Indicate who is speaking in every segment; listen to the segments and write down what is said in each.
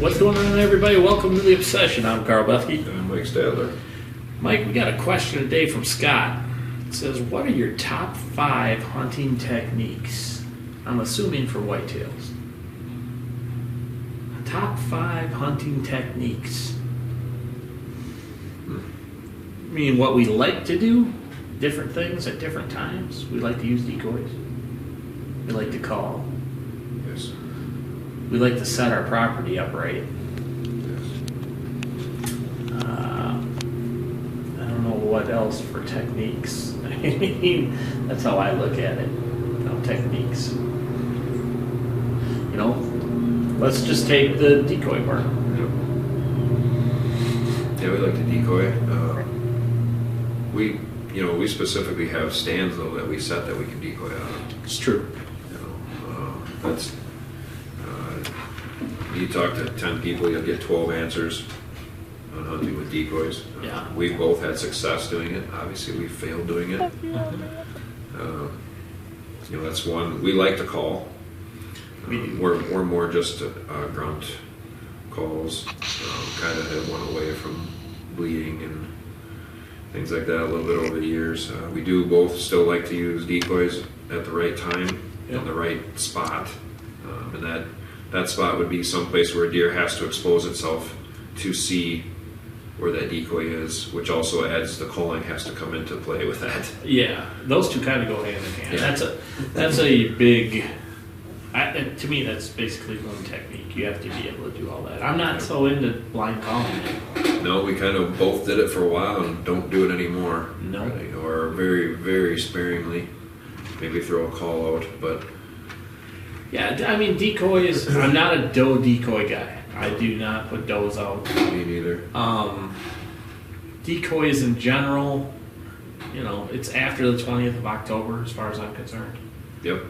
Speaker 1: What's going on, everybody? Welcome to the Obsession. I'm Carl Bethke.
Speaker 2: And Mike Stadler.
Speaker 1: Mike, we got a question today from Scott. It says, "What are your top five hunting techniques?" I'm assuming for whitetails. Top five hunting techniques. Hmm. I mean, what we like to do, different things at different times. We like to use decoys. We like to call.
Speaker 2: Yes.
Speaker 1: We like to set our property up right.
Speaker 2: Yes.
Speaker 1: Uh, I don't know what else for techniques. I mean, that's how I look at it. You know, techniques. You know, let's just take the decoy part.
Speaker 2: Yeah, we like to decoy. Uh, we, you know, we specifically have stands though that we set that we can decoy out of.
Speaker 1: It's true.
Speaker 2: You know, uh, that's. Uh, you talk to ten people, you'll get twelve answers on hunting with decoys. Uh,
Speaker 1: Yeah.
Speaker 2: We both had success doing it. Obviously, we failed doing it. Uh, you know, that's one we like to call. Uh,
Speaker 1: We do.
Speaker 2: We're, we're more just uh, grunt calls, kind of have one away from bleeding and things like that a little bit over the years. Uh, we do both still like to use decoys at the right time,
Speaker 1: Yeah.
Speaker 2: in the right spot. Um, and that, that spot would be someplace where a deer has to expose itself to see where that decoy is, which also adds the calling has to come into play with that.
Speaker 1: Yeah, those two kind of go hand in hand.
Speaker 2: Yeah.
Speaker 1: That's a that's a big. I, and to me, that's basically one technique. You have to be able to do all that. I'm not so into blind calling anymore.
Speaker 2: No, we kind of both did it for a while and don't do it anymore.
Speaker 1: No.
Speaker 2: Right, Or very, very sparingly. Maybe throw a call out, but
Speaker 1: Yeah, I mean decoy is. I'm not a doe decoy guy. I do not put does out.
Speaker 2: me neither.
Speaker 1: um, decoys in general, you know, it's after the 20th of October as far as I'm concerned.
Speaker 2: Yep.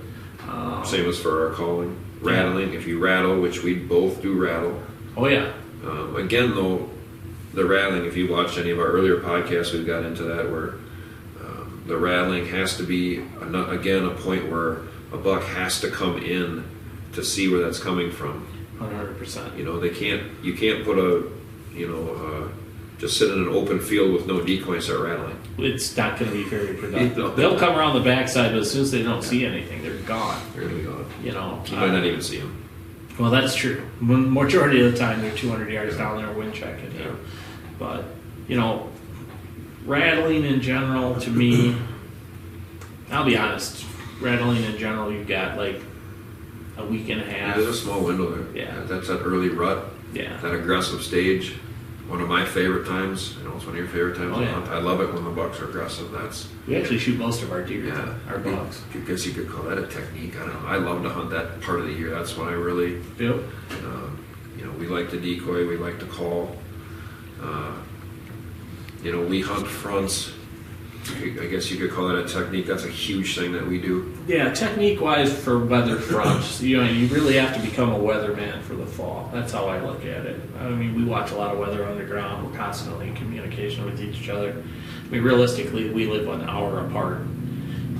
Speaker 1: Um,
Speaker 2: Same as for our calling. Rattling, if you rattle, which we both do rattle.
Speaker 1: oh, yeah.
Speaker 2: Um, again, though, the rattling, if you watched any of our earlier podcasts, we've got into that where um, the rattling has to be, an- again, a point where a buck has to come in to see where that's coming from.
Speaker 1: 100%.
Speaker 2: You know, they can't. You can't put a, you know, uh, just sit in an open field with no decoy and start rattling.
Speaker 1: It's not going to be very productive.
Speaker 2: No.
Speaker 1: They'll come around the backside, but as soon as they don't see anything, they're gone.
Speaker 2: They're gonna be gone.
Speaker 1: You know,
Speaker 2: You
Speaker 1: uh,
Speaker 2: might not even see them.
Speaker 1: well, that's true. M- Majority of the time, they're 200 yards down there wind checking.
Speaker 2: Yeah.
Speaker 1: Yeah. But, you know, rattling in general to me, I'll be honest, rattling in general, you've got like a week and a half.
Speaker 2: There's a small window there.
Speaker 1: Yeah.
Speaker 2: That's that early rut,
Speaker 1: Yeah.
Speaker 2: that aggressive stage. One of my favorite times. I know it's one of your favorite times.
Speaker 1: Oh,
Speaker 2: of
Speaker 1: yeah.
Speaker 2: month. I love it when the bucks are aggressive. That's
Speaker 1: We actually shoot most of our deer,
Speaker 2: yeah.
Speaker 1: our bucks.
Speaker 2: I guess you could call that a technique. I don't know. I love to hunt that part of the year. That's when I really
Speaker 1: Yep.
Speaker 2: Um, you know, we like to decoy, we like to call. Uh, you know, we hunt fronts. You could- I guess you could call that a technique. That's a huge thing that we do.
Speaker 1: Yeah, technique wise for weather fronts, you know, you really have to become a weatherman for the fall. That's how I look at it. I mean, we watch a lot of weather underground. We're constantly in communication with each other. I mean, realistically, we live an hour apart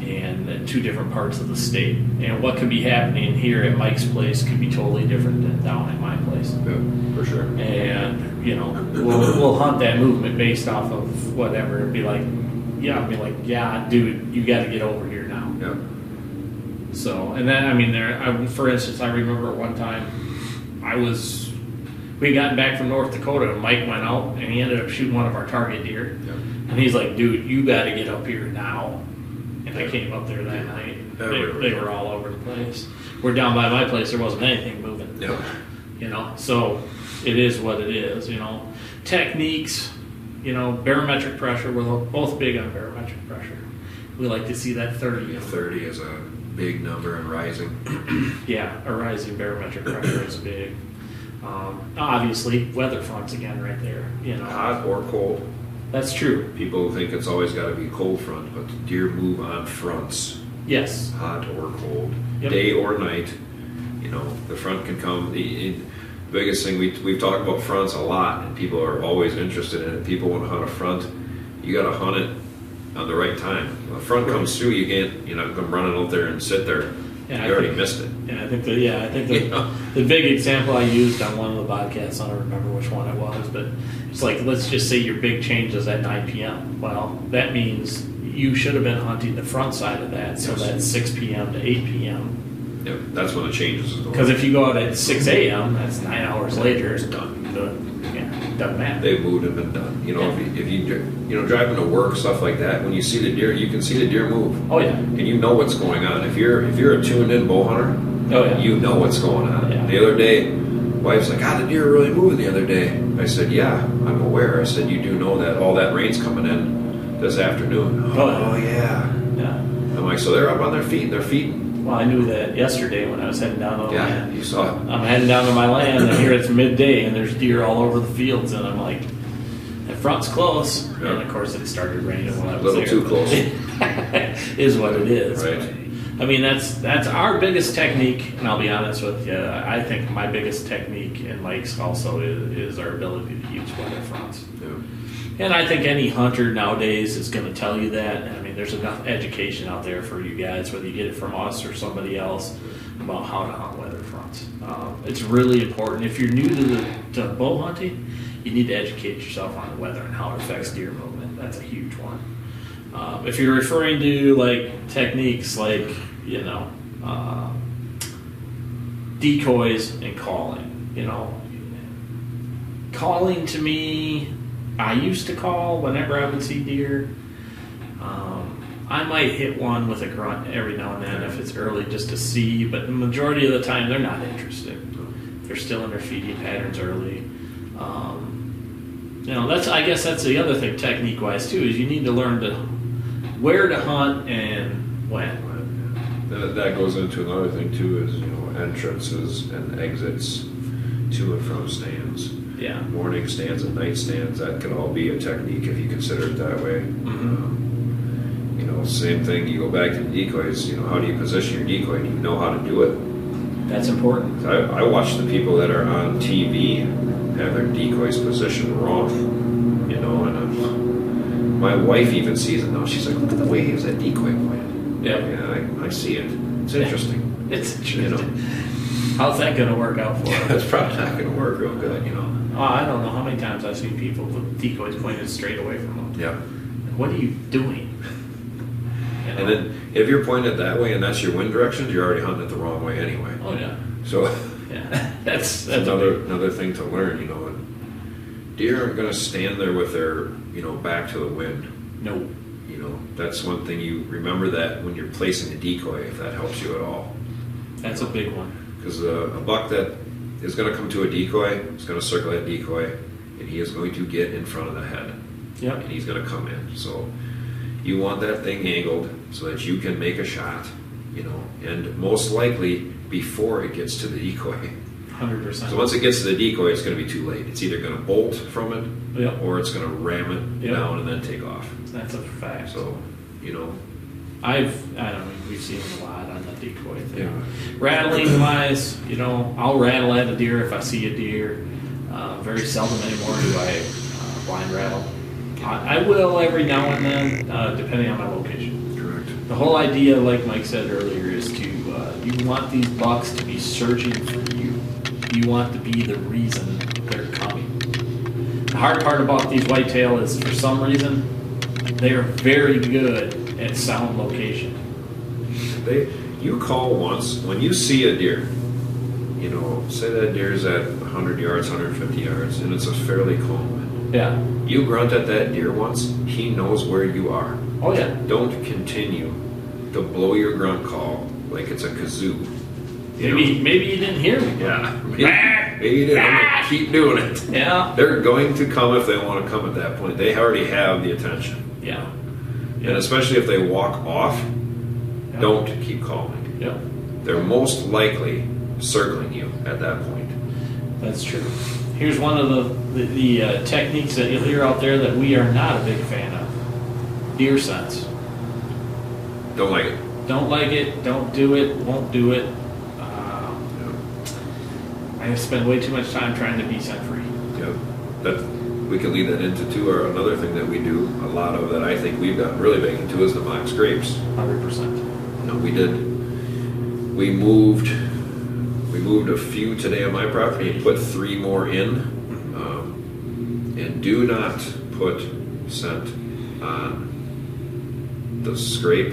Speaker 1: and in two different parts of the state. And what could be happening here at Mike's place could be totally different than down at my place.
Speaker 2: Yeah, for sure.
Speaker 1: and you know we'll, we'll hunt that movement based off of whatever and be like yeah be like yeah dude you got to get over here now
Speaker 2: Yeah.
Speaker 1: so and then i mean there I, for instance i remember one time i was we had gotten back from north dakota and mike went out and he ended up shooting one of our target deer
Speaker 2: Yeah.
Speaker 1: and he's like dude you got to get up here now and i came up there that night
Speaker 2: Yeah,
Speaker 1: they,
Speaker 2: we were-
Speaker 1: they were all over the place we're down by my place there wasn't anything moving
Speaker 2: Yeah.
Speaker 1: you know so it is what it is you know techniques you know barometric pressure we're both big on barometric pressure we like to see that 30
Speaker 2: Thirty is a big number and rising.
Speaker 1: yeah a rising barometric pressure is big um, obviously weather fronts again right there you know
Speaker 2: Hot or cold.
Speaker 1: that's true
Speaker 2: People think it's always got to be cold front, but the deer move on fronts.
Speaker 1: yes
Speaker 2: hot or cold,
Speaker 1: Yep.
Speaker 2: day or night. You know, the front can come. The, the biggest thing we we've talked about fronts a lot, and people are always interested in it. People want to hunt a front. You got to hunt it on the right time. When the front comes through, you can't you know come running out there and sit there.
Speaker 1: And I
Speaker 2: you already
Speaker 1: think-
Speaker 2: missed it.
Speaker 1: And I think that yeah, I think the,
Speaker 2: Yeah.
Speaker 1: the big example I used on one of the podcasts, I don't remember which one it was, but it's like let's just say your big change is at 9 p.m. Well, that means you should have been hunting the front side of that, so
Speaker 2: Yes.
Speaker 1: that's 6 p.m. to 8 p.m.
Speaker 2: Yep, that's when it changes. is the
Speaker 1: Because
Speaker 2: one.
Speaker 1: if you go out at 6 a.m., that's nine hours later. It's
Speaker 2: Done.
Speaker 1: Done. Yeah, doesn't matter.
Speaker 2: they've moved and been done. You know, if you, if you dri- you know driving to work stuff like that, when you see the deer, you can see the deer move,
Speaker 1: oh yeah.
Speaker 2: and you know what's going on. If you're if you're a tuned in bow hunter,
Speaker 1: Oh yeah.
Speaker 2: you know what's going on.
Speaker 1: Yeah.
Speaker 2: The other day, wife's like, "God, the deer are really moving." The other day, I said, "Yeah, I'm aware." I said, "You do know that all that rain's coming in this afternoon."
Speaker 1: Oh, yeah.
Speaker 2: yeah.
Speaker 1: yeah.
Speaker 2: I'm like, so they're up on their feet. They're feeding.
Speaker 1: Well, I knew that yesterday when I was heading down on the
Speaker 2: Yeah,
Speaker 1: land.
Speaker 2: you saw it.
Speaker 1: I'm heading down to my land, and here it's midday, and there's deer all over the fields, and I'm like, that front's close. And of course, it started raining when I was
Speaker 2: Little
Speaker 1: there.
Speaker 2: too close.
Speaker 1: is what it is.
Speaker 2: Right.
Speaker 1: I mean, that's that's our biggest technique, and I'll be honest with you. I think my biggest technique in lakes also is, is our ability to use weather fronts.
Speaker 2: Yeah.
Speaker 1: And I think any hunter nowadays is going to tell you that. I mean, there's enough education out there for you guys, whether you get it from us or somebody else, about how to hunt weather fronts. Um, it's really important. If you're new to the to bow hunting, you need to educate yourself on the weather and how it affects deer movement. That's a huge one. Um, if you're referring to like techniques like you know uh, decoys and calling, you know, calling to me i used to call whenever i would see deer um, i might hit one with a grunt every now and then if it's early just to see but the majority of the time they're not interested they're still in their feeding patterns early um, you know that's i guess that's the other thing technique wise too is you need to learn to where to hunt and when
Speaker 2: That, that goes into another thing too is you know entrances and exits to and from stands,
Speaker 1: yeah
Speaker 2: morning stands and night stands. That can all be a technique if you consider it that way. Um, you know, same thing. You go back to the decoys. You know, how do you position your decoy? Do you know how to do it?
Speaker 1: that's important
Speaker 2: 'Cause I, I watch the people that are on TV have their decoys positioned wrong. You know, and I'm, my wife even sees it now. She's like, "Look at the way he has that decoy pointed."
Speaker 1: yeah
Speaker 2: Yeah, I, I see it. It's interesting.
Speaker 1: it's
Speaker 2: You know.
Speaker 1: interesting how's that going to work out for us
Speaker 2: That's probably not going to work real good, you know.
Speaker 1: Oh, I don't know how many times I've seen people with decoys pointed straight away from them.
Speaker 2: Yeah.
Speaker 1: What are you doing? You know?
Speaker 2: And then if you're pointed that way and that's your wind directions, you're already hunting it the wrong way anyway.
Speaker 1: oh yeah,
Speaker 2: So
Speaker 1: yeah, that's
Speaker 2: that's
Speaker 1: that's a
Speaker 2: another
Speaker 1: big-
Speaker 2: another thing to learn, you know. And deer aren't going to stand there with their you know back to the wind.
Speaker 1: no.
Speaker 2: You know that's one thing you remember that when you're placing the decoy, if that helps you at all,
Speaker 1: That's a big one.
Speaker 2: because a, a buck that is going to come to a decoy, is going to circle that decoy, and he is going to get in front of the head.
Speaker 1: Yep.
Speaker 2: and he's going to come in. So you want that thing angled so that you can make a shot, you know, and most likely before it gets to the decoy.
Speaker 1: Hundred percent.
Speaker 2: So once it gets to the decoy, it's going to be too late. It's either going to bolt from it
Speaker 1: Yep.
Speaker 2: or it's going to ram it
Speaker 1: Yeah.
Speaker 2: down and then take off.
Speaker 1: That's a fact.
Speaker 2: So, you know,
Speaker 1: I've I don't know. We've seen a lot on the decoy thing.
Speaker 2: Yeah.
Speaker 1: Rattling wise, you know, I'll rattle at a deer if I see a deer. Uh, very seldom anymore do I uh, blind rattle. I, I will every now and then, uh, depending on my location.
Speaker 2: correct.
Speaker 1: The whole idea, like Mike said earlier, is to uh, you want these bucks to be searching for you. You want to be the reason they're coming. The hard part about these whitetail is, for some reason, they are very good at sound location.
Speaker 2: They, you call once when you see a deer. You know, say that deer's at 100 yards, 150 yards, and it's a fairly calm wind.
Speaker 1: Yeah.
Speaker 2: You grunt at that deer once, he knows where you are.
Speaker 1: Oh yeah.
Speaker 2: don't continue to blow your grunt call like it's a kazoo. You
Speaker 1: Maybe maybe you didn't hear
Speaker 2: know?
Speaker 1: me.
Speaker 2: Yeah. Maybe, maybe you did. I'm gonna keep doing it.
Speaker 1: Yeah.
Speaker 2: They're going to come if they want to come at that point. They already have the attention.
Speaker 1: Yeah.
Speaker 2: And especially if they walk off,
Speaker 1: Yeah.
Speaker 2: don't keep calling.
Speaker 1: Yeah.
Speaker 2: They're most likely circling you at that point.
Speaker 1: That's true. Here's one of the, the, the uh, techniques that you'll hear out there that we are not a big fan of deer sense.
Speaker 2: Don't like it.
Speaker 1: Don't like it, don't do it, won't do it. Um,
Speaker 2: You know?
Speaker 1: I have spent way too much time trying to be scent free.
Speaker 2: Yeah. That we can lead that into too, or another thing that we do a lot of that I think we've gotten really big into is the mock scrapes.
Speaker 1: 100%.
Speaker 2: No, we did. we moved we moved a few today on my property and put three more in um, and do not put scent on the scrape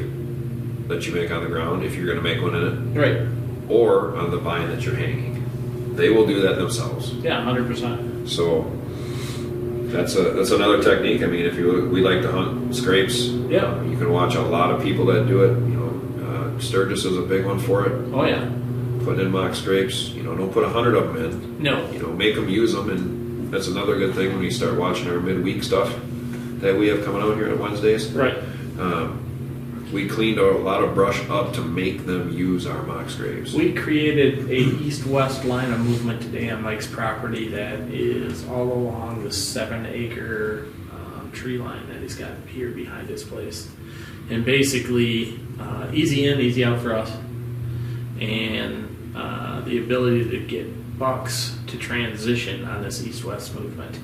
Speaker 2: that you make on the ground if you're going to make one in
Speaker 1: Right.
Speaker 2: it or on the vine that you're hanging they will do that themselves
Speaker 1: Yeah, hundred percent.
Speaker 2: so that's a that's another technique. I mean, if you look- we like to hunt scrapes,
Speaker 1: Yeah.
Speaker 2: you can watch a lot of people that do it. You know, uh, Sturgis is a big one for it.
Speaker 1: Oh yeah.
Speaker 2: Putting in mock scrapes, you know, don't put a hundred of them
Speaker 1: No.
Speaker 2: in. You know, make them use them, and that's another good thing when you start watching our midweek stuff that we have coming out here on Wednesdays.
Speaker 1: Right.
Speaker 2: Um, we cleaned a lot of brush up to make them use our mock scrapes.
Speaker 1: We created a east-west line of movement today on Mike's property that is all along the seven-acre um, tree line that he's got here behind his place, and basically uh, easy in, easy out for us, and uh, the ability to get bucks to transition on this east-west movement,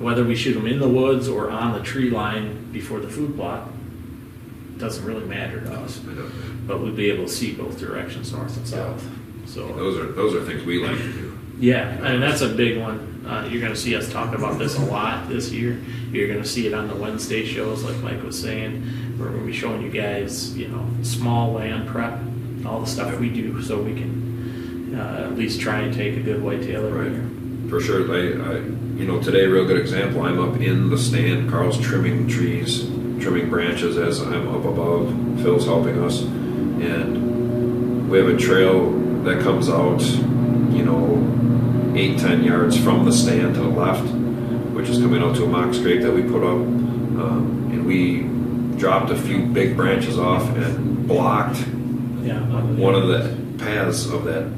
Speaker 1: whether we shoot them in the woods or on the tree line before the food plot, doesn't really matter to us
Speaker 2: I don't-
Speaker 1: but we'd be able to see both directions, north and south. So,
Speaker 2: Those are those are things we like to do.
Speaker 1: yeah, and that's a big one. Uh, you're going to see us talk about this a lot this year. You're going to see it on the Wednesday shows, like Mike was saying. We're going to be showing you guys, you know, small land prep, all the stuff we do, so we can uh, at least try and take a good whitetail every
Speaker 2: Right.
Speaker 1: year.
Speaker 2: For sure, I, I, you know, today, real good example. I'm up in the stand. Carl's trimming trees, trimming branches as I'm up above. Phil's helping us, and we have a trail that comes out, you know, eight ten yards from the stand to the left, which is coming out to a mock scrape that we put up, um, and we dropped a few big branches off and blocked
Speaker 1: Yeah.
Speaker 2: one of the paths of that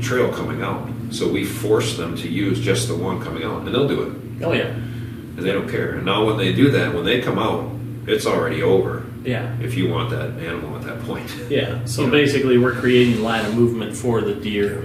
Speaker 2: trail coming out. So we force them to use just the one coming out, and they'll do it,
Speaker 1: Oh, yeah.
Speaker 2: and they don't care. And now when they do that, when they come out, it's already over.
Speaker 1: Yeah.
Speaker 2: If you want that animal at that point,
Speaker 1: Yeah. So
Speaker 2: You know?
Speaker 1: basically, we're creating line of movement for the deer,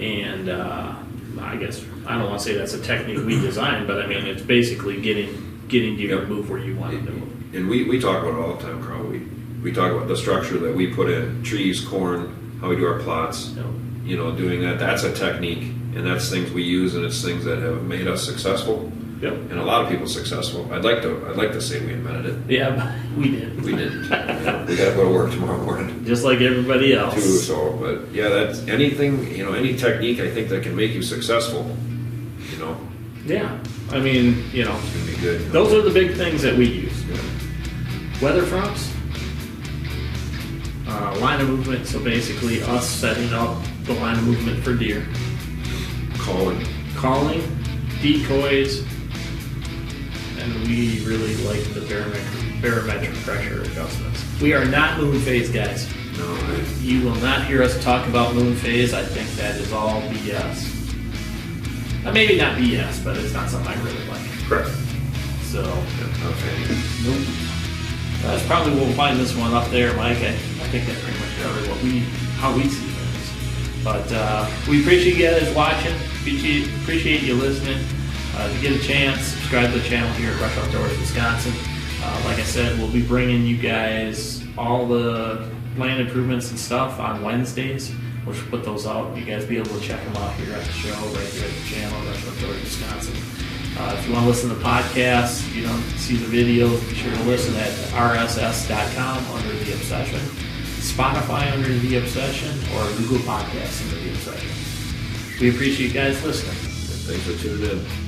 Speaker 1: and uh, I guess I don't want to say that's a technique we designed, but I mean it's basically getting getting deer to
Speaker 2: Yep.
Speaker 1: move where you want them to move.
Speaker 2: and we, we talk about it all the time, Carl. We we talk about the structure that we put in trees, corn, how we do our plots.
Speaker 1: So,
Speaker 2: You know, doing that that's a technique, and that's things we use, and it's things that have made us successful,
Speaker 1: yep.
Speaker 2: and a lot of people successful. I'd like to I'd like to say we invented it.
Speaker 1: Yeah, but we did.
Speaker 2: We didn't. we got to go to work tomorrow morning
Speaker 1: Just like everybody
Speaker 2: too.
Speaker 1: else.
Speaker 2: So, but yeah, that's anything you know, any technique I think that can make you successful, you know,
Speaker 1: Yeah. I mean, you know,
Speaker 2: it's gonna be good. you know.
Speaker 1: those are the big things that we use.
Speaker 2: Yeah.
Speaker 1: weather fronts, uh, line of movement. So basically, us setting up the line of movement for deer.
Speaker 2: Calling.
Speaker 1: calling, decoys, and we really like the barometric, barometric pressure adjustments. We are not moon phase guys.
Speaker 2: No, I,
Speaker 1: You will not hear us talk about moon phase. I think that is all BS. Uh, maybe not BS, but it's not something I really like.
Speaker 2: correct.
Speaker 1: So,
Speaker 2: Yeah, not a fan.
Speaker 1: nope. That's probably we'll find this one up there, Mike. I, I think that pretty much covered what we how we see things. But uh, we appreciate you guys watching. Appreciate, appreciate you listening. Uh, if you get a chance, subscribe to the channel here at Rush Outdoors Wisconsin. Uh, like I said, we'll be bringing you guys all the land improvements and stuff on Wednesdays. We'll just put those out. You guys be able to check them out here at the show, right here at the channel, Rush Outdoors Wisconsin. Uh, if you want to listen to podcasts, if you don't see the videos, be sure to listen at rss.com under the obsession, Spotify under the obsession, or Google Podcasts under the obsession. We appreciate you guys listening.
Speaker 2: Thanks for tuning in.